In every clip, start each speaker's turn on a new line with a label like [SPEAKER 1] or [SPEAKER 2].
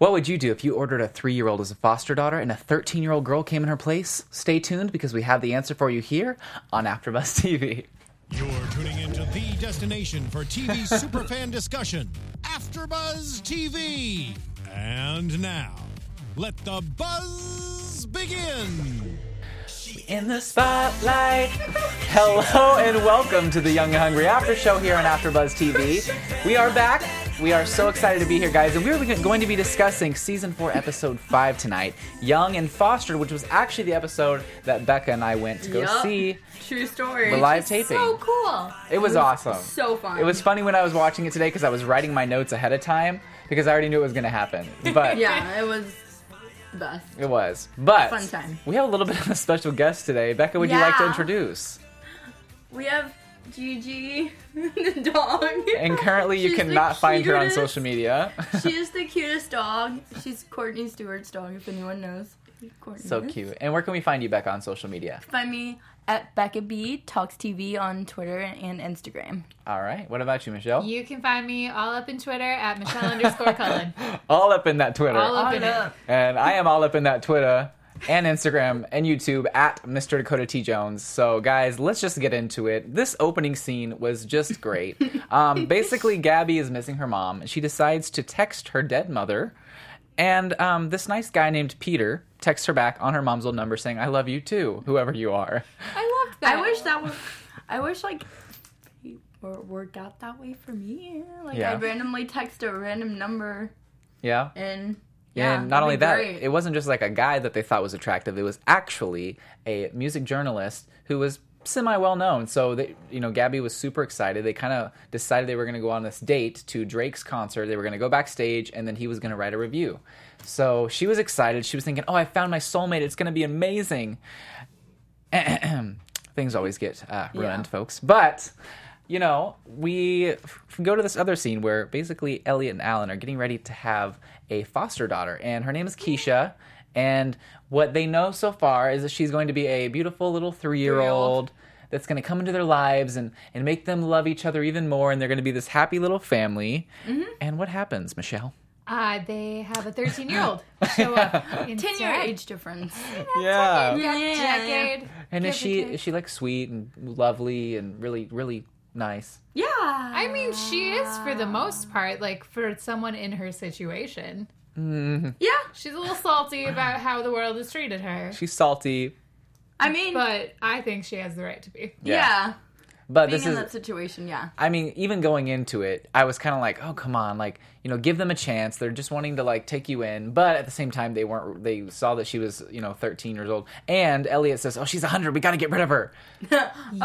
[SPEAKER 1] What would you do if you ordered a three year old as a foster daughter and a 13 year old girl came in her place? Stay tuned because we have the answer for you here on AfterBuzz TV.
[SPEAKER 2] You're tuning into the destination for TV superfan discussion, AfterBuzz TV. And now, let the buzz begin.
[SPEAKER 1] In the spotlight. Hello and welcome to the Young and Hungry After Show here on AfterBuzz TV. We are back. We are so excited to be here, guys, and we're going to be discussing season four, episode five tonight, "Young and Fostered," which was actually the episode that Becca and I went to go
[SPEAKER 3] Yup.
[SPEAKER 1] see.
[SPEAKER 3] True story.
[SPEAKER 1] The live
[SPEAKER 3] Which is
[SPEAKER 1] taping.
[SPEAKER 3] So cool.
[SPEAKER 1] It was awesome.
[SPEAKER 3] so fun.
[SPEAKER 1] It was funny when I was watching it today because I was writing my notes ahead of time because I already knew it was going to happen. But
[SPEAKER 3] Yeah, it was the best.
[SPEAKER 1] it was. But
[SPEAKER 3] Fun time.
[SPEAKER 1] we have a little bit of a special guest today. Becca, would you like to
[SPEAKER 3] Yeah.
[SPEAKER 1] introduce?
[SPEAKER 3] We have Gigi, the dog.
[SPEAKER 1] And currently, you
[SPEAKER 3] She's the
[SPEAKER 1] cannot find her on
[SPEAKER 3] cutest.
[SPEAKER 1] social media.
[SPEAKER 3] She is the cutest dog. She's Courtney Stewart's dog, if anyone knows. who Courtney
[SPEAKER 1] So
[SPEAKER 3] is.
[SPEAKER 1] cute. And where can we find you, Becca, on social media?
[SPEAKER 3] Find me at Becca B Talks TV on Twitter and Instagram.
[SPEAKER 1] All right. What about you, Michelle?
[SPEAKER 4] You can find me all up in Twitter at Michelle underscore Cullen.
[SPEAKER 1] all up in that Twitter.
[SPEAKER 4] All up in
[SPEAKER 3] All
[SPEAKER 4] it.
[SPEAKER 3] up.
[SPEAKER 1] and I am all up in that Twitter and Instagram and YouTube at Mr. Dakota T. Jones. So, guys, let's just get into it. This opening scene was just great. um, basically, Gabby is missing her mom. She decides to text her dead mother. And um, this nice guy named Peter texts her back on her mom's old number saying, I love you too, whoever you are.
[SPEAKER 4] I loved that.
[SPEAKER 3] I wish that was. I wish like. it wor- Worked out that way for me. Like
[SPEAKER 1] Yeah.
[SPEAKER 3] I'd randomly text a random number
[SPEAKER 1] Yeah.
[SPEAKER 3] and yeah,
[SPEAKER 1] And not
[SPEAKER 3] that'd
[SPEAKER 1] only
[SPEAKER 3] be
[SPEAKER 1] that,
[SPEAKER 3] great.
[SPEAKER 1] it wasn't just like a guy that they thought was attractive. It was actually a music journalist who was semi well known. So they, you know, Gabby was super excited. They kind of decided they were going to go on this date to Drake's concert. They were going to go backstage, and then he was going to write a review. So she was excited. She was thinking, "Oh, I found my soulmate. It's going to be amazing." Things always get uh, ruined, folks. But you know, we f- go to this other scene where basically Elliot and Alan are getting ready to have a foster daughter, and her name is Keisha. And what they know so far is that she's going to be a beautiful little three year old that's going to come into their lives and, and make them love each other even more. And they're going to be this happy little family.
[SPEAKER 3] Mm-hmm.
[SPEAKER 1] And what happens, Michelle?
[SPEAKER 4] Uh, they have a 13 year old show up.
[SPEAKER 3] ten year age difference.
[SPEAKER 1] Yeah.
[SPEAKER 4] Yeah,
[SPEAKER 3] Yeah, yeah.
[SPEAKER 4] decade.
[SPEAKER 1] And is
[SPEAKER 4] give or
[SPEAKER 1] she
[SPEAKER 4] take.
[SPEAKER 1] is she like sweet and lovely and really really nice?
[SPEAKER 3] Yeah.
[SPEAKER 4] I mean, she is for the most part, like for someone in her situation.
[SPEAKER 3] yeah.
[SPEAKER 4] She's a little salty about how the world has treated her,
[SPEAKER 1] She's salty,
[SPEAKER 3] I mean,
[SPEAKER 4] but I think she has the right to be.
[SPEAKER 3] yeah.
[SPEAKER 1] but
[SPEAKER 3] Being
[SPEAKER 1] this
[SPEAKER 3] in
[SPEAKER 1] is
[SPEAKER 3] that situation, yeah.
[SPEAKER 1] I mean, even going into it, I was kind of like, oh, come on, like, you know, give them a chance. They're just wanting to like take you in, but at the same time, they weren't. They saw that she was, you know, 13 years old, and Elliot says, oh, she's 100. We got to get rid of her.
[SPEAKER 3] Oh,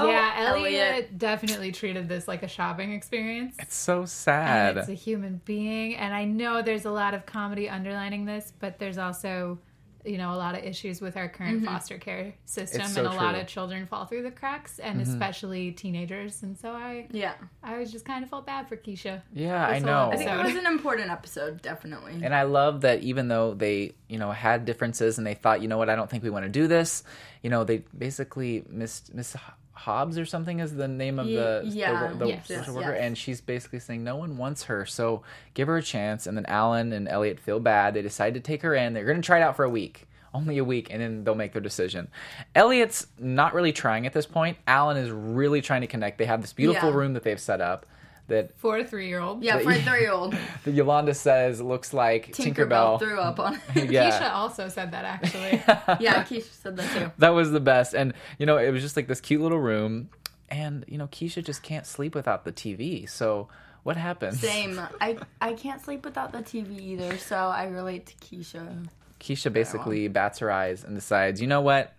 [SPEAKER 4] yeah, Elliot,
[SPEAKER 3] Elliot.
[SPEAKER 4] definitely treated this like a shopping experience.
[SPEAKER 1] It's so
[SPEAKER 4] And
[SPEAKER 1] sad.
[SPEAKER 4] it's a human being, and I know there's a lot of comedy underlining this, but there's also, you know, a lot of issues with our current foster care system,
[SPEAKER 1] Mm-hmm. It's so
[SPEAKER 4] and a lot
[SPEAKER 1] true. Mm-hmm.
[SPEAKER 4] of children fall through the cracks, and especially teenagers. And so I,
[SPEAKER 3] Yeah.
[SPEAKER 4] I was just kind of felt bad for Keisha.
[SPEAKER 1] Yeah, I
[SPEAKER 4] This whole
[SPEAKER 1] know.
[SPEAKER 3] I think it
[SPEAKER 4] Episode.
[SPEAKER 3] was an important episode, definitely.
[SPEAKER 1] And I love that even though they, you know, had differences and they thought, you know what, I don't think we want to do this, you know, they basically missed Miss H- Hobbs or something is the name of
[SPEAKER 3] Ye-
[SPEAKER 1] the the
[SPEAKER 3] yeah,
[SPEAKER 1] wo- the,
[SPEAKER 3] yes,
[SPEAKER 1] social
[SPEAKER 3] yes,
[SPEAKER 1] worker,
[SPEAKER 3] yes.
[SPEAKER 1] and she's basically saying no one wants her, so give her a chance. And then Alan and Elliot feel bad. They decide to take her in. They're going to try it out for a week. Only a week, and then they'll make their decision. Elliot's not really trying at this point. Alan is really trying to connect. They have this beautiful
[SPEAKER 3] Yeah.
[SPEAKER 1] room that they've set up that
[SPEAKER 4] For a three year old,
[SPEAKER 3] yeah, for a three year old,
[SPEAKER 1] that Yolanda says looks like
[SPEAKER 3] Tinkerbell threw up on it.
[SPEAKER 1] yeah.
[SPEAKER 4] Keisha also said that actually.
[SPEAKER 3] yeah, Keisha said that too.
[SPEAKER 1] That was the best. And, you know, it was just like this cute little room. And, you know, Keisha just can't sleep without the TV. So what happens?
[SPEAKER 3] Same. I, I can't sleep without the TV either, so I relate to Keisha.
[SPEAKER 1] Keisha basically bats her eyes and decides, you know what?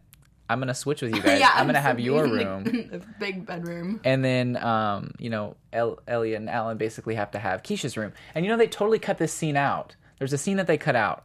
[SPEAKER 1] I'm going to switch with you guys.
[SPEAKER 3] yeah,
[SPEAKER 1] I'm going to have
[SPEAKER 3] sleeping
[SPEAKER 1] your
[SPEAKER 3] in the-
[SPEAKER 1] room.
[SPEAKER 3] the big bedroom.
[SPEAKER 1] And then, um, you know, El- Elliot and Alan basically have to have Keisha's room. And, you know, they totally cut this scene out. There's a scene that they cut out.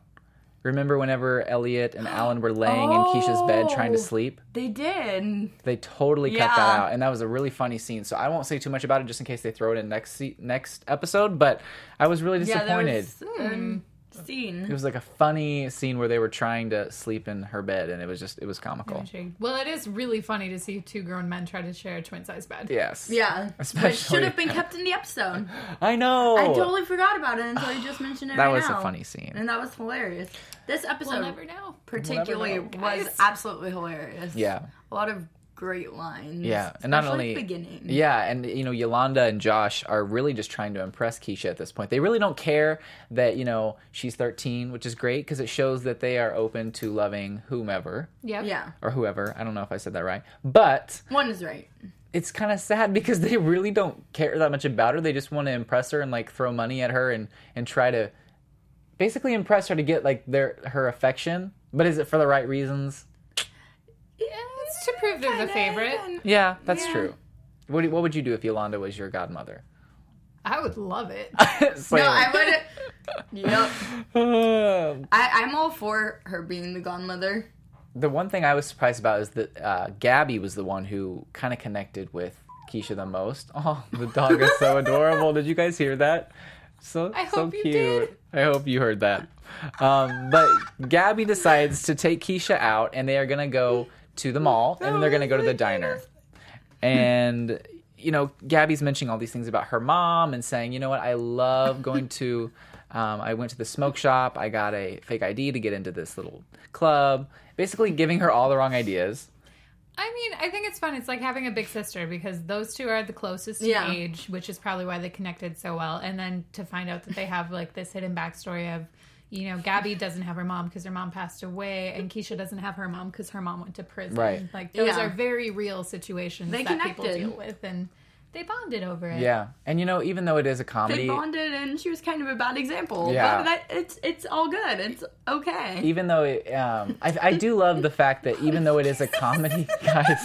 [SPEAKER 1] Remember whenever Elliot and Alan were laying in Keisha's bed trying to
[SPEAKER 3] Oh.
[SPEAKER 1] sleep?
[SPEAKER 3] They did.
[SPEAKER 1] They totally cut that
[SPEAKER 3] Yeah.
[SPEAKER 1] out, and that was a really funny scene. So I won't say too much about it, just in case they throw it in next se- next episode. But I was really
[SPEAKER 3] Yeah, there
[SPEAKER 1] disappointed.
[SPEAKER 3] was, mm,
[SPEAKER 1] It
[SPEAKER 3] scene.
[SPEAKER 1] was like a funny scene where they were trying to sleep in her bed, and it was just it was comical.
[SPEAKER 4] Intrigued. Well, it is really funny to see two grown men try to share a twin size bed.
[SPEAKER 1] Yes.
[SPEAKER 3] Yeah, but it should
[SPEAKER 1] Especially-
[SPEAKER 3] have been kept in the episode.
[SPEAKER 1] I know.
[SPEAKER 3] I totally forgot about it until you just mentioned it.
[SPEAKER 1] Oh. That
[SPEAKER 3] right
[SPEAKER 1] was a
[SPEAKER 3] now.
[SPEAKER 1] funny scene.
[SPEAKER 3] and that was hilarious. This episode,
[SPEAKER 4] We'll never know.
[SPEAKER 3] particularly,
[SPEAKER 1] We'll
[SPEAKER 3] was
[SPEAKER 4] guys.
[SPEAKER 3] absolutely hilarious.
[SPEAKER 1] Yeah.
[SPEAKER 3] a lot of great lines.
[SPEAKER 1] Yeah, and not
[SPEAKER 3] especially
[SPEAKER 1] only
[SPEAKER 3] at the beginning.
[SPEAKER 1] Yeah, and you know Yolanda and Josh are really just trying to impress Keisha at this point. They really don't care that you know she's 13, which is great because it shows that they are open to loving whomever
[SPEAKER 4] Yep.
[SPEAKER 3] yeah.
[SPEAKER 1] or whoever. I don't know if I said that right, but
[SPEAKER 3] One is right.
[SPEAKER 1] it's kind of sad because they really don't care that much about her. They just want to impress her and like throw money at her and and try to basically impress her to get like their her affection. But is it for the right reasons?
[SPEAKER 4] Yeah, it's to prove they're the favorite.
[SPEAKER 1] Yeah, that's
[SPEAKER 3] Yeah.
[SPEAKER 1] true. What, do- what would you do if Yolanda was your godmother?
[SPEAKER 4] I would love it.
[SPEAKER 1] It's like-
[SPEAKER 3] No, I wouldn't. yep.
[SPEAKER 1] Um,
[SPEAKER 3] I, I'm all for her being the godmother.
[SPEAKER 1] the one thing I was surprised about is that uh, Gabby was the one who kind of connected with Keisha the most. Oh, the dog is so adorable. Did you guys hear that? So
[SPEAKER 4] I
[SPEAKER 1] so
[SPEAKER 4] hope you
[SPEAKER 1] cute.
[SPEAKER 4] did.
[SPEAKER 1] I hope you heard that. Um, but Gabby decides to take Keisha out, and they are gonna go to the mall, and then they're gonna go to the diner. And you know, Gabby's mentioning all these things about her mom and saying, you know what, I love going to. Um, I went to the smoke shop. I got a fake ID to get into this little club. Basically, giving her all the wrong ideas.
[SPEAKER 4] I mean, I think it's fun. It's like having a big sister because those two are the closest
[SPEAKER 3] Yeah.
[SPEAKER 4] in age, which is probably why they connected so well. And then to find out that they have like this hidden backstory of, you know, Gabby doesn't have her mom because her mom passed away, and Keisha doesn't have her mom because her mom went to prison.
[SPEAKER 1] Right.
[SPEAKER 4] Like those
[SPEAKER 3] Yeah.
[SPEAKER 4] are very real situations
[SPEAKER 3] They
[SPEAKER 4] that
[SPEAKER 3] connected.
[SPEAKER 4] people deal with, and they bonded over it.
[SPEAKER 1] Yeah, and you know, even though it is a
[SPEAKER 3] They
[SPEAKER 1] comedy,
[SPEAKER 3] bonded, and she was kind of a bad example.
[SPEAKER 1] Yeah.
[SPEAKER 3] But that, it's it's all good. It's okay.
[SPEAKER 1] even though it, um, I, I do love the fact that even though it is a comedy, guys,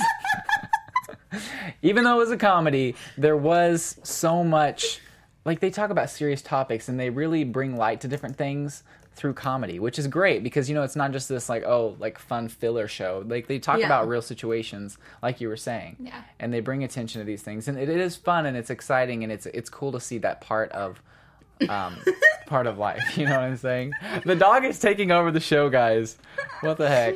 [SPEAKER 1] even though it was a comedy, there was so much. Like they talk about serious topics and they really bring light to different things through comedy, which is great because you know it's not just this like oh like fun filler show. Like they talk
[SPEAKER 3] Yeah.
[SPEAKER 1] about real situations, like you were saying,
[SPEAKER 4] Yeah.
[SPEAKER 1] and they bring attention to these things, and it, it is fun and it's exciting and it's it's cool to see that part of um, part of life. You know what I'm saying? The dog is taking over the show, guys. What the heck?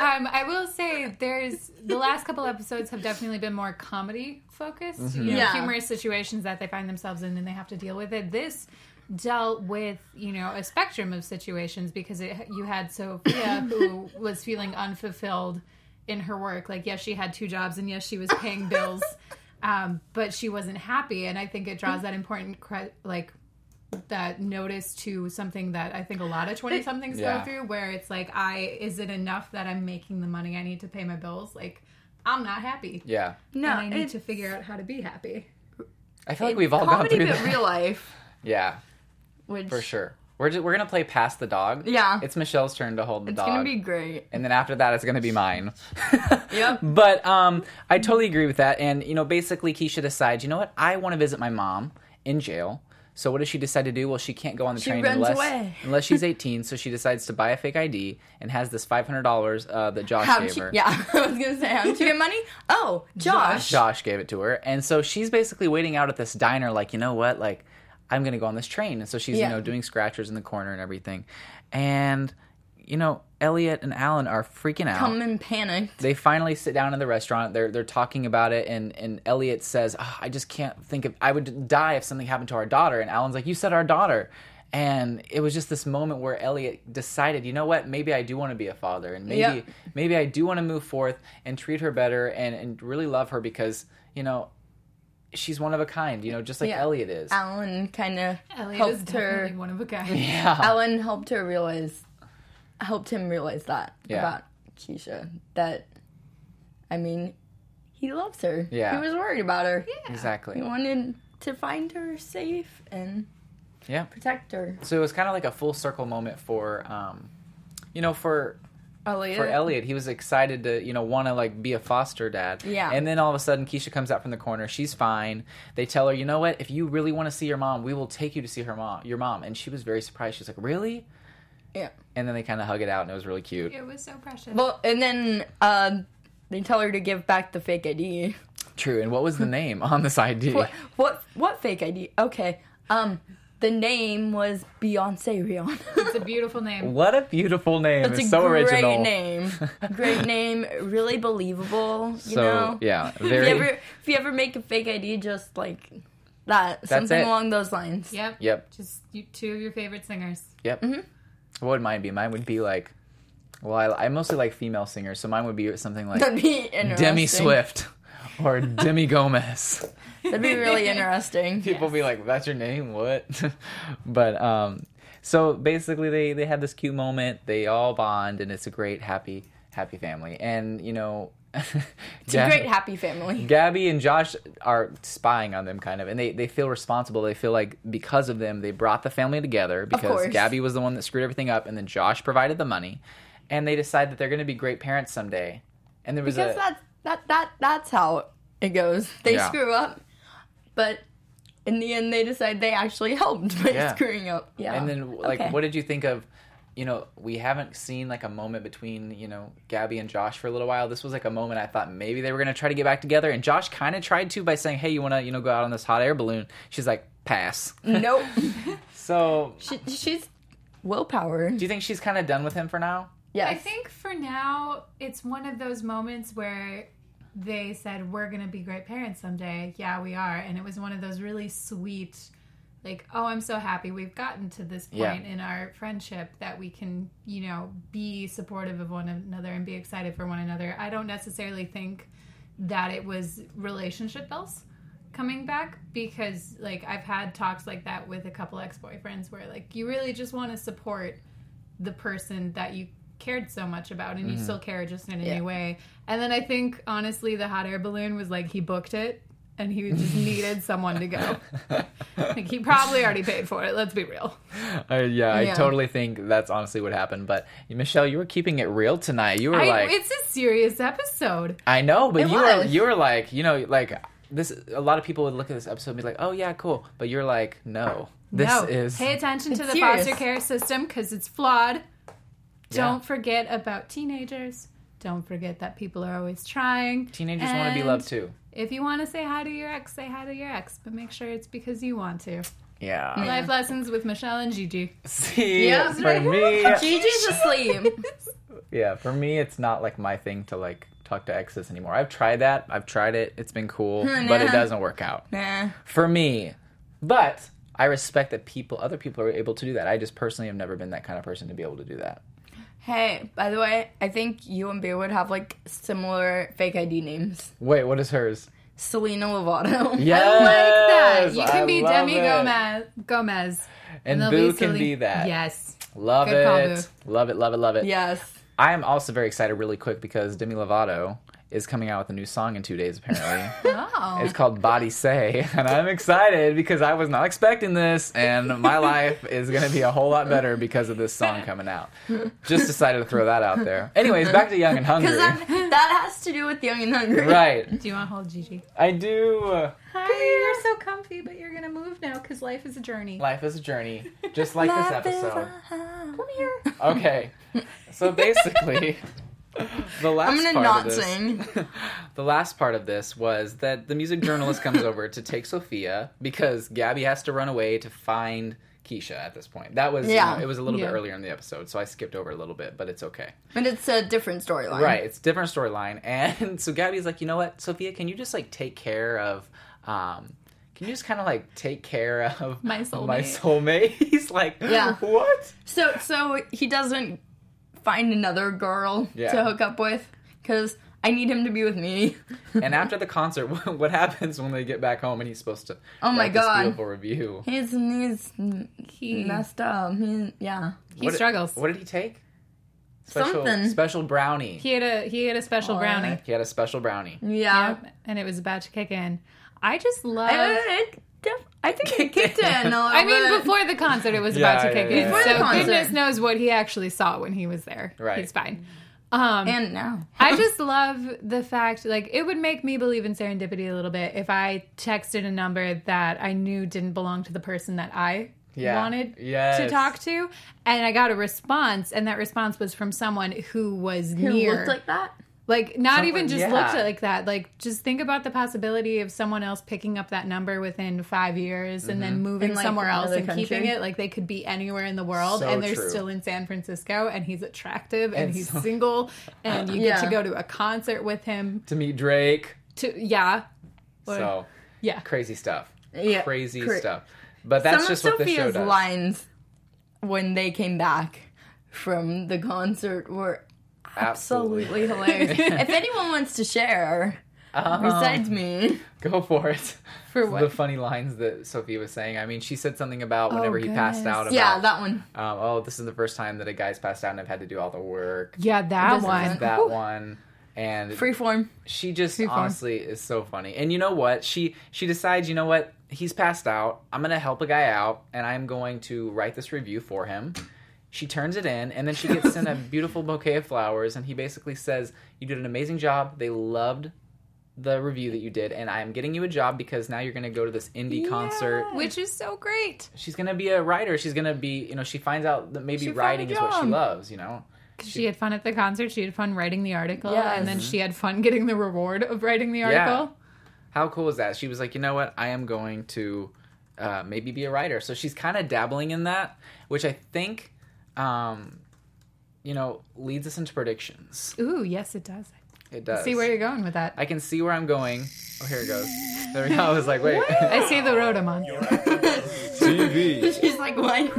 [SPEAKER 4] um, I will say there's the last couple episodes have definitely been more comedy focused, you know,
[SPEAKER 3] Yeah.
[SPEAKER 4] humorous situations that they find themselves in and they have to deal with it. This dealt with you know a spectrum of situations because it, you had Sophia who was feeling unfulfilled in her work. Like yes, she had two jobs and yes, she was paying bills, um, but she wasn't happy. And I think it draws that important cre- like that notice to something that I think a lot of 20 somethings
[SPEAKER 1] Yeah.
[SPEAKER 4] go through where it's like I is it enough that I'm making the money I need to pay my bills like I'm not happy
[SPEAKER 1] Yeah,
[SPEAKER 3] no,
[SPEAKER 4] and I need
[SPEAKER 3] it's
[SPEAKER 4] to figure out how to be happy
[SPEAKER 1] I feel like we've all gone
[SPEAKER 3] comedy,
[SPEAKER 1] through
[SPEAKER 3] but
[SPEAKER 1] that.
[SPEAKER 3] real life.
[SPEAKER 1] Yeah,
[SPEAKER 3] Which
[SPEAKER 1] for sure. We're just, we're gonna play past the dog.
[SPEAKER 3] Yeah.
[SPEAKER 1] it's Michelle's turn to hold the
[SPEAKER 3] It's
[SPEAKER 1] dog.
[SPEAKER 3] gonna be great.
[SPEAKER 1] and then after that it's going to be mine.
[SPEAKER 3] Yep.
[SPEAKER 1] But um, I totally agree with that. And you know, basically, Keisha decides, you know what? I want to visit my mom in jail. So what does she decide to do? Well, she can't go on the
[SPEAKER 3] She
[SPEAKER 1] train
[SPEAKER 3] runs
[SPEAKER 1] unless
[SPEAKER 3] away.
[SPEAKER 1] unless she's 18. So she decides to buy a fake ID and has this $500 uh, that Josh
[SPEAKER 3] How
[SPEAKER 1] gave
[SPEAKER 3] she,
[SPEAKER 1] her.
[SPEAKER 3] yeah, I was gonna say how did you get money? Oh, Josh.
[SPEAKER 1] Josh gave it to her. And so she's basically waiting out at this diner, like, you know what? Like, I'm going to go on this train. And so she's,
[SPEAKER 3] Yeah.
[SPEAKER 1] you know, doing scratchers in the corner and everything. And, you know, Elliot and Alan are freaking out.
[SPEAKER 3] Come in panic.
[SPEAKER 1] they finally sit down in the restaurant. They're they're talking about it, and and Elliot says, "Ah, "I just can't think of. I would die if something happened to our daughter." And Alan's like, "You said our daughter." And it was just this moment where Elliot decided, you know what? Maybe I do want to be a father, and maybe
[SPEAKER 3] Yep.
[SPEAKER 1] maybe I do want to move forth and treat her better and and really love her because you know she's one of a kind, you know, just like
[SPEAKER 3] Yeah.
[SPEAKER 1] Elliot is.
[SPEAKER 3] Alan kind of
[SPEAKER 4] Elliot is
[SPEAKER 3] helped her.
[SPEAKER 4] Oh, definitely one of a kind
[SPEAKER 1] Yeah,
[SPEAKER 3] Alan helped her realize, helped him realize that
[SPEAKER 1] Yeah.
[SPEAKER 3] about Keisha. That, I mean, he loves her.
[SPEAKER 1] Yeah.
[SPEAKER 3] He was worried about her. He
[SPEAKER 1] exactly.
[SPEAKER 3] wanted to find her safe and
[SPEAKER 1] Yeah.
[SPEAKER 3] protect her.
[SPEAKER 1] So it was kind of like a full circle moment for, um, you know, for
[SPEAKER 3] Elliot.
[SPEAKER 1] for Elliot. He was excited to, you know, want to like be a foster dad.
[SPEAKER 3] Yeah.
[SPEAKER 1] And then all of a sudden, Keisha comes out from the corner. She's fine. They tell her, you know what? If you really want to see your mom, we will take you to see her mom. Your mom. And she was very surprised. She's like, really?
[SPEAKER 3] Yeah.
[SPEAKER 1] And then they kind of hug it out, and it was really cute.
[SPEAKER 4] it was so precious
[SPEAKER 3] Well, and then uh, they tell her to give back the fake ID.
[SPEAKER 1] True. And what was the name on this ID?
[SPEAKER 3] What? What? What fake ID? Okay. Um, the name was Beyonce Rihanna.
[SPEAKER 4] It's a beautiful name.
[SPEAKER 1] What a beautiful name.
[SPEAKER 3] That's
[SPEAKER 1] it's
[SPEAKER 3] a
[SPEAKER 1] so
[SPEAKER 3] great
[SPEAKER 1] original.
[SPEAKER 3] name. Great name, really believable. You
[SPEAKER 1] So,
[SPEAKER 3] know,
[SPEAKER 1] yeah,
[SPEAKER 3] if
[SPEAKER 1] very-
[SPEAKER 3] you ever if you ever make a fake ID, just like that, something
[SPEAKER 1] it.
[SPEAKER 3] along those lines.
[SPEAKER 4] Yep.
[SPEAKER 1] Yep.
[SPEAKER 4] Just you, two of your favorite singers.
[SPEAKER 1] Yep.
[SPEAKER 3] Mm-hmm.
[SPEAKER 1] What would mine be? Mine would be like, well, I, I mostly like female singers, so mine would be something like
[SPEAKER 3] That'd be interesting.
[SPEAKER 1] Demi Swift or Demi Gomez.
[SPEAKER 3] That'd be really interesting.
[SPEAKER 1] People be like, "That's your name? What?" but um, so basically, they they had this cute moment. They all bond, and it's a great, happy, happy family. And you know,
[SPEAKER 3] It's a great happy family.
[SPEAKER 1] Gabby and Josh are spying on them kind of, and they, they feel responsible. They feel like because of them, they brought the family together because
[SPEAKER 3] course.
[SPEAKER 1] Gabby was the one that screwed everything up, and then Josh provided the money, and they decide that they're going to be great parents someday. And there was
[SPEAKER 3] Because
[SPEAKER 1] a
[SPEAKER 3] that's that that that's how it goes. They
[SPEAKER 1] Yeah.
[SPEAKER 3] screw up, but in the end, they decide they actually helped by
[SPEAKER 1] Yeah.
[SPEAKER 3] screwing up. Yeah.
[SPEAKER 1] and then like
[SPEAKER 3] Okay.
[SPEAKER 1] what did you think of? You know, we haven't seen like a moment between you know Gabby and Josh for a little while. This was like a moment I thought maybe they were going to try to get back together, and Josh kind of tried to by saying, "Hey, you want to you know go out on this hot air balloon?" She's like, "Pass."
[SPEAKER 3] Nope.
[SPEAKER 1] so.
[SPEAKER 3] she, she's willpower.
[SPEAKER 1] Do you think she's kind of done with him for now?
[SPEAKER 3] Yes.
[SPEAKER 4] I think for now, it's one of those moments where they said, We're going to be great parents someday. Yeah, we are. And it was one of those really sweet, like, Oh, I'm so happy we've gotten to this point
[SPEAKER 1] Yeah.
[SPEAKER 4] in our friendship that we can, you know, be supportive of one another and be excited for one another. I don't necessarily think that it was relationship bills coming back because like I've had talks like that with a couple ex-boyfriends where like you really just want to support the person that you cared so much about and you still care just in a
[SPEAKER 3] Yeah.
[SPEAKER 4] new way. And then I think honestly the hot air balloon was like he booked it and he just needed someone to go. like he probably already paid for it, let's be real.
[SPEAKER 1] Uh, yeah, I
[SPEAKER 3] Yeah.
[SPEAKER 1] totally think that's honestly what happened. But Michelle, you were keeping it real tonight. You were
[SPEAKER 4] I,
[SPEAKER 1] like,
[SPEAKER 4] it's a serious episode.
[SPEAKER 1] I know, but
[SPEAKER 3] It
[SPEAKER 1] you were
[SPEAKER 3] was.
[SPEAKER 1] you were like, you know, like this. A lot of people would look at this episode and be like, oh yeah, cool. But you're like, no, this
[SPEAKER 4] no,
[SPEAKER 1] is
[SPEAKER 4] pay attention to
[SPEAKER 3] It's
[SPEAKER 4] the
[SPEAKER 3] serious.
[SPEAKER 4] foster care system because it's flawed.
[SPEAKER 1] Yeah.
[SPEAKER 4] Don't forget about teenagers. Don't forget that people are always trying.
[SPEAKER 1] teenagers want to be
[SPEAKER 4] And
[SPEAKER 1] loved too.
[SPEAKER 4] If you want to say hi to your ex, say hi to your ex, but make sure it's because you want to.
[SPEAKER 1] Yeah.
[SPEAKER 4] Life lessons with Michelle and Gigi.
[SPEAKER 1] See,
[SPEAKER 3] Yeah.
[SPEAKER 1] for me,
[SPEAKER 3] Gigi's asleep.
[SPEAKER 1] yeah, for me, it's not like my thing to like talk to exes anymore. I've tried that. I've tried it. It's been cool, but it
[SPEAKER 3] nah.
[SPEAKER 1] doesn't work out.
[SPEAKER 3] nah.
[SPEAKER 1] for me. But I respect that people, other people are able to do that. I just personally have never been that kind of person to be able to do that.
[SPEAKER 3] Hey, by the way, I think you and Beer would have like similar fake ID names.
[SPEAKER 1] Wait, what is hers?
[SPEAKER 3] Selena Lovato.
[SPEAKER 1] Yes,
[SPEAKER 4] I like that. You can
[SPEAKER 1] I
[SPEAKER 4] be
[SPEAKER 1] love
[SPEAKER 4] Demi
[SPEAKER 1] it.
[SPEAKER 4] Gomez. Gomez.
[SPEAKER 1] and
[SPEAKER 4] they'll
[SPEAKER 1] Boo can
[SPEAKER 4] silly.
[SPEAKER 1] be that.
[SPEAKER 4] Yes.
[SPEAKER 1] love
[SPEAKER 4] Good call,
[SPEAKER 1] it, love it, love it, love it.
[SPEAKER 3] Yes.
[SPEAKER 1] I am also very excited, really quick, because Demi Lovato is coming out with a new song in two days. Apparently,
[SPEAKER 4] Oh.
[SPEAKER 1] it's called Body Say, and I'm excited because I was not expecting this, and my life is going to be a whole lot better because of this song coming out. Just decided to throw that out there. Anyways, back to Young and Hungry.
[SPEAKER 3] Because that, that has to do with Young and Hungry.
[SPEAKER 1] Right.
[SPEAKER 4] Do you want to hold Gigi?
[SPEAKER 1] I do. uh,
[SPEAKER 4] Hi, you're so comfy, but you're going to move now because life is a journey.
[SPEAKER 1] Life is a journey, just like this
[SPEAKER 3] Life is
[SPEAKER 1] episode.
[SPEAKER 3] a-
[SPEAKER 4] Come here.
[SPEAKER 1] Okay. So basically, the last
[SPEAKER 3] I'm gonna
[SPEAKER 1] part
[SPEAKER 3] not
[SPEAKER 1] of this,
[SPEAKER 3] sing.
[SPEAKER 1] the last part of this was that the music journalist comes over to take Sophia because Gabby has to run away to find Keisha at this point. That was you
[SPEAKER 3] Yeah.
[SPEAKER 1] know, it was a little
[SPEAKER 4] Yeah.
[SPEAKER 1] bit earlier in the episode, so I skipped over a little bit, but it's okay.
[SPEAKER 3] But it's a different storyline.
[SPEAKER 1] Right, it's a different storyline. And so Gabby's like, you know what, Sophia, can you just like take care of um can you just kind of like take care of
[SPEAKER 4] My soulmate.
[SPEAKER 1] My soulmate. He's like,
[SPEAKER 3] Yeah.
[SPEAKER 1] what?
[SPEAKER 3] So so he doesn't find another girl
[SPEAKER 1] Yeah.
[SPEAKER 3] to hook up with because I need him to be with me.
[SPEAKER 1] And after the concert, what what happens when they get back home and he's supposed to?
[SPEAKER 3] Oh my
[SPEAKER 1] write this
[SPEAKER 3] God.
[SPEAKER 1] beautiful review.
[SPEAKER 3] His knees
[SPEAKER 4] He,
[SPEAKER 3] messed up. He- yeah.
[SPEAKER 4] he
[SPEAKER 1] What-
[SPEAKER 4] struggles.
[SPEAKER 1] What did he take? Special,
[SPEAKER 3] Something.
[SPEAKER 1] Special brownie.
[SPEAKER 4] he had a he had a special
[SPEAKER 3] Aw.
[SPEAKER 4] brownie.
[SPEAKER 1] He had a special brownie.
[SPEAKER 3] Yeah.
[SPEAKER 4] Yep, and it was about to kick in. I just love.
[SPEAKER 3] I, it def- I think it kicked in a little
[SPEAKER 4] I mean,
[SPEAKER 3] bit.
[SPEAKER 4] before the concert, it was
[SPEAKER 1] Yeah,
[SPEAKER 4] about to
[SPEAKER 1] yeah,
[SPEAKER 4] kick
[SPEAKER 1] yeah,
[SPEAKER 4] in.
[SPEAKER 1] Before
[SPEAKER 3] the
[SPEAKER 4] So
[SPEAKER 3] concert.
[SPEAKER 4] goodness knows what he actually saw when he was there.
[SPEAKER 1] Right.
[SPEAKER 4] he's fine. Um,
[SPEAKER 3] and now.
[SPEAKER 4] I just love the fact, like, it would make me believe in serendipity a little bit if I texted a number that I knew didn't belong to the person that I
[SPEAKER 1] Yeah.
[SPEAKER 4] wanted to
[SPEAKER 1] Yes.
[SPEAKER 4] talk to, and I got a response, and that response was from someone who was
[SPEAKER 3] Who
[SPEAKER 4] near
[SPEAKER 3] looked like that?
[SPEAKER 4] Like not
[SPEAKER 1] Something-
[SPEAKER 4] even just
[SPEAKER 1] yeah.
[SPEAKER 4] looked at like that. Like just think about the possibility of someone else picking up that number within five years and
[SPEAKER 1] Mm-hmm.
[SPEAKER 4] then moving
[SPEAKER 3] In, like,
[SPEAKER 4] somewhere else
[SPEAKER 3] another
[SPEAKER 4] and keeping
[SPEAKER 3] country.
[SPEAKER 4] it. Like they could be anywhere in the world
[SPEAKER 1] So
[SPEAKER 4] and they're
[SPEAKER 1] true.
[SPEAKER 4] still in San Francisco and he's attractive and,
[SPEAKER 1] And
[SPEAKER 4] he's
[SPEAKER 1] so-
[SPEAKER 4] single and you get to
[SPEAKER 3] Yeah.
[SPEAKER 4] go to a concert with him.
[SPEAKER 1] to meet Drake.
[SPEAKER 4] To yeah. What-
[SPEAKER 1] So
[SPEAKER 4] yeah.
[SPEAKER 1] crazy stuff.
[SPEAKER 3] Yeah,
[SPEAKER 1] Crazy
[SPEAKER 3] cra-
[SPEAKER 1] stuff. But that's
[SPEAKER 3] Some
[SPEAKER 1] just
[SPEAKER 3] of
[SPEAKER 1] what this show
[SPEAKER 3] Sophia's
[SPEAKER 1] does.
[SPEAKER 3] lines when they came back from the concert were absolutely hilarious. if anyone wants to share, besides me,
[SPEAKER 1] Uh-huh. Go for it.
[SPEAKER 4] For what?
[SPEAKER 1] The funny lines that Sophia was saying. I mean, she said something about whenever he passed
[SPEAKER 4] goodness.
[SPEAKER 1] out. About,
[SPEAKER 3] Oh, yeah, that one.
[SPEAKER 1] um, oh, this is the first time that a guy's passed out and I've had to do all the work.
[SPEAKER 4] Yeah, that
[SPEAKER 3] This
[SPEAKER 4] one.
[SPEAKER 3] one.
[SPEAKER 1] That
[SPEAKER 4] Whew.
[SPEAKER 1] one. And
[SPEAKER 3] Freeform.
[SPEAKER 1] she just
[SPEAKER 4] Too far.
[SPEAKER 1] honestly is so funny. And you know what? She she decides, you know what? He's passed out. I'm going to help a guy out and I'm going to write this review for him. She turns it in and then she gets sent a beautiful bouquet of flowers and he basically says, "You did an amazing job. They loved the review that you did and I am getting you a job because now you're going to go to this indie concert.
[SPEAKER 4] Which is so great.
[SPEAKER 1] She's going to be a writer. She's going to be, you know, she finds out that maybe
[SPEAKER 4] She found a
[SPEAKER 1] writing is what she
[SPEAKER 4] job.
[SPEAKER 1] loves, you know.
[SPEAKER 4] She had fun at the concert. She had fun writing the article,
[SPEAKER 3] Yes.
[SPEAKER 4] and then she had fun getting the reward of writing the
[SPEAKER 1] Yeah.
[SPEAKER 4] article.
[SPEAKER 1] how cool is that? She was like, you know what? I am going to uh, maybe be a writer. So she's kind of dabbling in that, which I think, um, you know, leads us into predictions.
[SPEAKER 4] Ooh, yes, it does.
[SPEAKER 1] It does.
[SPEAKER 4] See where you're going with that.
[SPEAKER 1] I can see where I'm going. Oh, here it goes. There we go. I was like, wait.
[SPEAKER 4] I see the road I'm on.
[SPEAKER 5] TV.
[SPEAKER 3] She's like, what?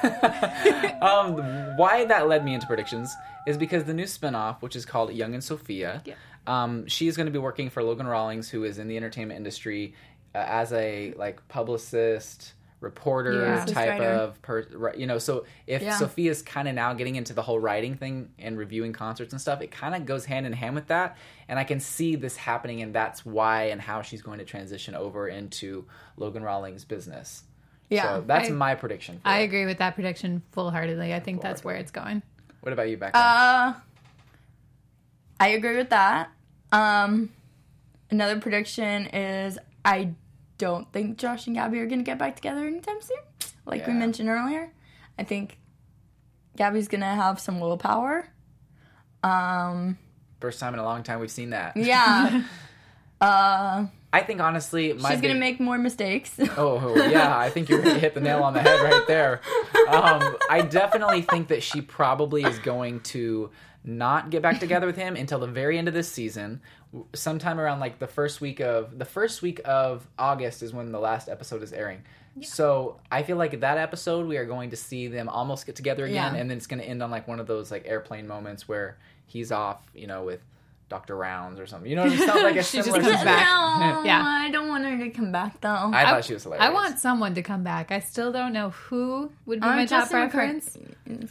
[SPEAKER 1] um, why that led me into predictions is because the new spinoff, which is called Young and Sophia, um, she's going to be working for Logan Rawlings, who is in the entertainment industry uh, as a like publicist, reporter
[SPEAKER 4] Yeah.
[SPEAKER 1] type
[SPEAKER 3] Business writer.
[SPEAKER 1] of per- ri- you know. So if
[SPEAKER 3] Yeah.
[SPEAKER 1] Sophia's kind of now getting into the whole writing thing and reviewing concerts and stuff, it kind of goes hand in hand with that, and I can see this happening, and that's why and how she's going to transition over into Logan Rawlings' business.
[SPEAKER 3] Yeah,
[SPEAKER 1] so that's
[SPEAKER 4] I-
[SPEAKER 1] my prediction. For
[SPEAKER 4] I
[SPEAKER 1] it.
[SPEAKER 4] agree with that prediction full heartedly. I think that's where it's going.
[SPEAKER 1] What about you, Becca?
[SPEAKER 3] Uh, I agree with that. Um, another prediction is I don't think Josh and Gabby are gonna get back together anytime soon. Like we
[SPEAKER 1] Yeah.
[SPEAKER 3] mentioned earlier, I think Gabby's gonna have some willpower. Um,
[SPEAKER 1] First time in a long time we've seen that.
[SPEAKER 3] yeah. uh,
[SPEAKER 1] I think honestly, my
[SPEAKER 3] she's gonna
[SPEAKER 1] big-
[SPEAKER 3] make more mistakes.
[SPEAKER 1] Oh yeah, I think you really hit the nail on the head right there. Um, I definitely think that she probably is going to not get back together with him until the very end of this season. W- Sometime around like the first week of the first week of August is when the last episode is airing. So I feel like that episode we are going to see them almost get together again,
[SPEAKER 3] Yeah.
[SPEAKER 1] and then it's going to end on like one of those like airplane moments where he's off, you know, with Doctor Rounds or something. You know, what I'm saying? like a
[SPEAKER 4] She just
[SPEAKER 1] similar
[SPEAKER 4] comes
[SPEAKER 1] situation.
[SPEAKER 4] back.
[SPEAKER 3] No,
[SPEAKER 4] Yeah.
[SPEAKER 3] I don't want her to come back though.
[SPEAKER 1] I thought she was hilarious.
[SPEAKER 4] I want someone to come back. I still don't know who would be
[SPEAKER 3] Um,
[SPEAKER 4] my top
[SPEAKER 3] Justin McCar-
[SPEAKER 4] preference.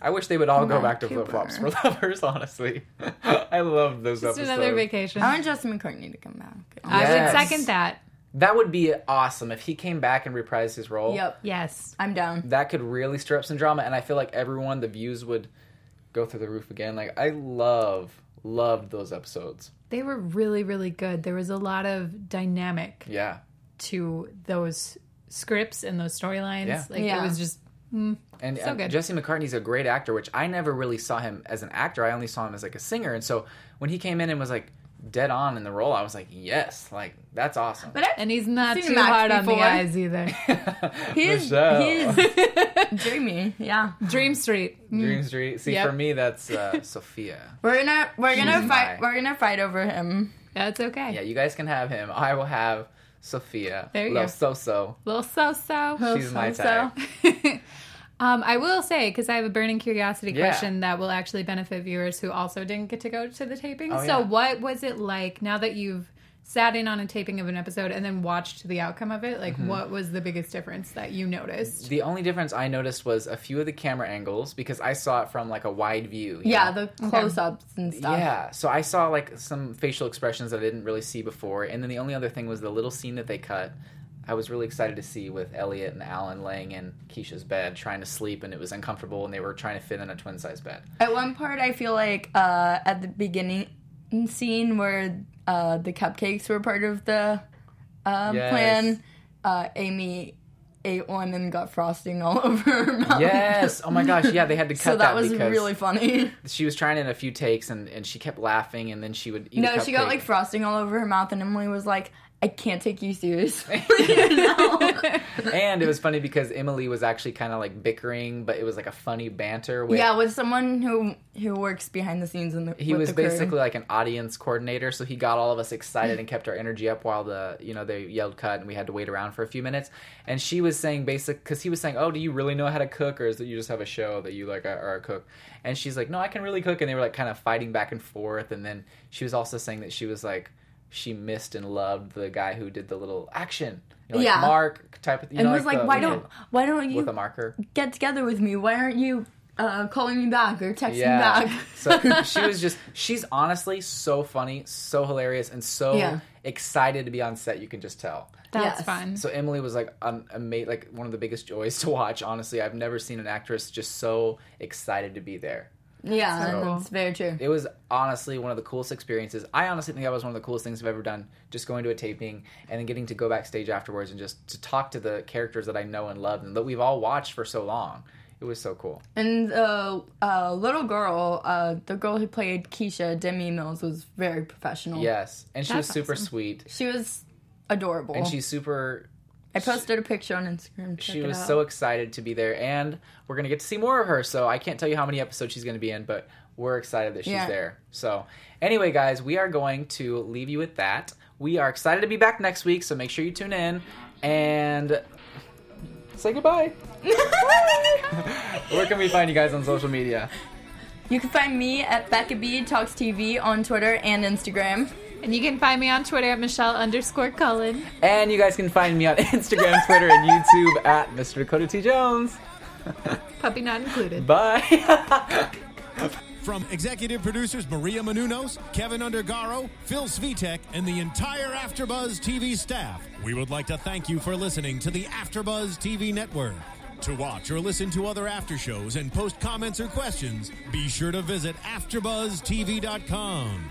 [SPEAKER 1] I wish they would all go
[SPEAKER 3] Come on,
[SPEAKER 1] back to flip
[SPEAKER 3] Cooper.
[SPEAKER 1] flops for lovers. Honestly, I love those
[SPEAKER 4] Just
[SPEAKER 1] episodes.
[SPEAKER 4] another vacation.
[SPEAKER 3] I want Justin McCartney to come back.
[SPEAKER 4] I
[SPEAKER 1] Yes.
[SPEAKER 4] would second that.
[SPEAKER 1] that would be awesome if he came back and reprised his role.
[SPEAKER 3] Yep,
[SPEAKER 4] Yes.
[SPEAKER 3] I'm down.
[SPEAKER 1] that could really stir up some drama, and I feel like everyone, the views would go through the roof again. Like I love, loved those episodes.
[SPEAKER 4] They were really, really good. There was a lot of dynamic
[SPEAKER 1] Yeah,
[SPEAKER 4] to those scripts and those storylines.
[SPEAKER 1] Yeah.
[SPEAKER 4] Like
[SPEAKER 3] Yeah.
[SPEAKER 4] it was just
[SPEAKER 1] and
[SPEAKER 4] So
[SPEAKER 1] uh,
[SPEAKER 4] good.
[SPEAKER 1] Jesse McCartney's a great actor, which I never really saw him as an actor. I only saw him as like a singer, and so when he came in and was like dead on in the role, I was like, yes, like that's awesome.
[SPEAKER 3] But I,
[SPEAKER 4] and he's not
[SPEAKER 3] Seen
[SPEAKER 4] too
[SPEAKER 3] him act
[SPEAKER 4] hard on the
[SPEAKER 3] before.
[SPEAKER 4] eyes either.
[SPEAKER 3] He is, he
[SPEAKER 1] Michelle.
[SPEAKER 3] is dreamy. Yeah,
[SPEAKER 4] Dream Street. Mm.
[SPEAKER 1] Dream Street. See,
[SPEAKER 4] Yep.
[SPEAKER 1] for me, that's uh, Sophia.
[SPEAKER 3] we're gonna we're gonna
[SPEAKER 1] She's my-
[SPEAKER 3] fight we're gonna fight over him.
[SPEAKER 4] That's okay.
[SPEAKER 1] Yeah, you guys can have him. I will have Sophia.
[SPEAKER 4] There you
[SPEAKER 1] Love So
[SPEAKER 4] go.
[SPEAKER 1] so.
[SPEAKER 4] Little so so.
[SPEAKER 1] She's my
[SPEAKER 3] So-so.
[SPEAKER 1] type.
[SPEAKER 4] Um, I will say because I have a burning curiosity
[SPEAKER 1] Yeah.
[SPEAKER 4] question that will actually benefit viewers who also didn't get to go to the taping.
[SPEAKER 1] Oh,
[SPEAKER 4] so,
[SPEAKER 1] yeah.
[SPEAKER 4] what was it like now that you've sat in on a taping of an episode and then watched the outcome of it? Like,
[SPEAKER 1] Mm-hmm.
[SPEAKER 4] what was the biggest difference that you noticed?
[SPEAKER 1] The only difference I noticed was a few of the camera angles because I saw it from like a wide view. you
[SPEAKER 3] Yeah,
[SPEAKER 1] know?
[SPEAKER 3] the close ups and stuff.
[SPEAKER 1] Yeah, so I saw like some facial expressions that I didn't really see before, and then the only other thing was the little scene that they cut. I was really excited to see with Elliot and Alan laying in Keisha's bed trying to sleep, and it was uncomfortable, and they were trying to fit in a twin size bed.
[SPEAKER 3] At one part, I feel like uh, at the beginning scene where uh, the cupcakes were part of the uh,
[SPEAKER 1] Yes.
[SPEAKER 3] plan, uh, Amy ate one and got frosting all over her mouth.
[SPEAKER 1] Yes. Oh my gosh. Yeah, they had to cut
[SPEAKER 3] so that, was
[SPEAKER 1] because
[SPEAKER 3] really funny.
[SPEAKER 1] she was trying it in a few takes and, and she kept laughing and then she would eat a
[SPEAKER 3] No, she got
[SPEAKER 1] cupcake.
[SPEAKER 3] like frosting all over her mouth, and Emily was like, "I can't take you seriously." You know?
[SPEAKER 1] and it was funny because Emily was actually kind of like bickering, but it was like a funny banter. With,
[SPEAKER 3] yeah, with someone who who works behind the scenes in the
[SPEAKER 1] he
[SPEAKER 3] with
[SPEAKER 1] was
[SPEAKER 3] the crew.
[SPEAKER 1] basically like an audience coordinator, so he got all of us excited and kept our energy up while the you know they yelled cut and we had to wait around for a few minutes. And she was saying basic because he was saying, "Oh, do you really know how to cook, or is it you just have a show that you like are are a cook?" And she's like, "No, I can really cook." And they were like kind of fighting back and forth. And then she was also saying that she was like she missed and loved the guy who did the little action, you know, like
[SPEAKER 3] Yeah.
[SPEAKER 1] mark type of. You
[SPEAKER 3] and
[SPEAKER 1] know,
[SPEAKER 3] was like,
[SPEAKER 1] the-
[SPEAKER 3] "Why don't why don't you
[SPEAKER 1] with a marker.
[SPEAKER 3] get together with me? Why aren't you uh, calling me back or texting
[SPEAKER 1] Yeah.
[SPEAKER 3] back?"
[SPEAKER 1] so she was just she's honestly so funny, so hilarious, and so
[SPEAKER 3] Yeah.
[SPEAKER 1] excited to be on set. You can just tell.
[SPEAKER 4] That's
[SPEAKER 3] Yes.
[SPEAKER 4] fun.
[SPEAKER 1] So Emily was like um, ama- like one of the biggest joys to watch. Honestly, I've never seen an actress just so excited to be there.
[SPEAKER 3] yeah,
[SPEAKER 1] So-
[SPEAKER 3] that's very true.
[SPEAKER 1] It was honestly one of the coolest experiences. I honestly think that was one of the coolest things I've ever done. Just going to a taping and then getting to go backstage afterwards and just to talk to the characters that I know and love and that we've all watched for so long. It was so cool.
[SPEAKER 3] And the uh, little girl, uh, the girl who played Keisha Demi Mills, was very professional.
[SPEAKER 1] Yes, and she was
[SPEAKER 4] That's
[SPEAKER 1] super
[SPEAKER 4] awesome.
[SPEAKER 1] sweet.
[SPEAKER 3] she was adorable.
[SPEAKER 1] And she's super
[SPEAKER 3] I posted a picture on Instagram. Check
[SPEAKER 1] she
[SPEAKER 3] it
[SPEAKER 1] was
[SPEAKER 3] out.
[SPEAKER 1] so excited to be there and we're going to get to see more of her so i can't tell you how many episodes she's going to be in but we're excited that she's
[SPEAKER 3] Yeah.
[SPEAKER 1] there so anyway guys we are going to leave you with that we are excited to be back next week so make sure you tune in and say goodbye where can we find you guys on social media
[SPEAKER 3] You can find me at Becca B Talks TV on Twitter and Instagram.
[SPEAKER 4] and you can find me on Twitter at Michelle underscore Cullen.
[SPEAKER 1] and you guys can find me on instagram twitter and youtube at mr dakota t jones
[SPEAKER 4] Puppy not included.
[SPEAKER 1] bye
[SPEAKER 2] From executive producers Maria Manunos, Kevin Undergaro, Phil Svitek, and the entire AfterBuzz TV staff, we would like to thank you for listening to the AfterBuzz TV network. To watch or listen to other after shows and post comments or questions, be sure to visit AfterBuzzTV.com.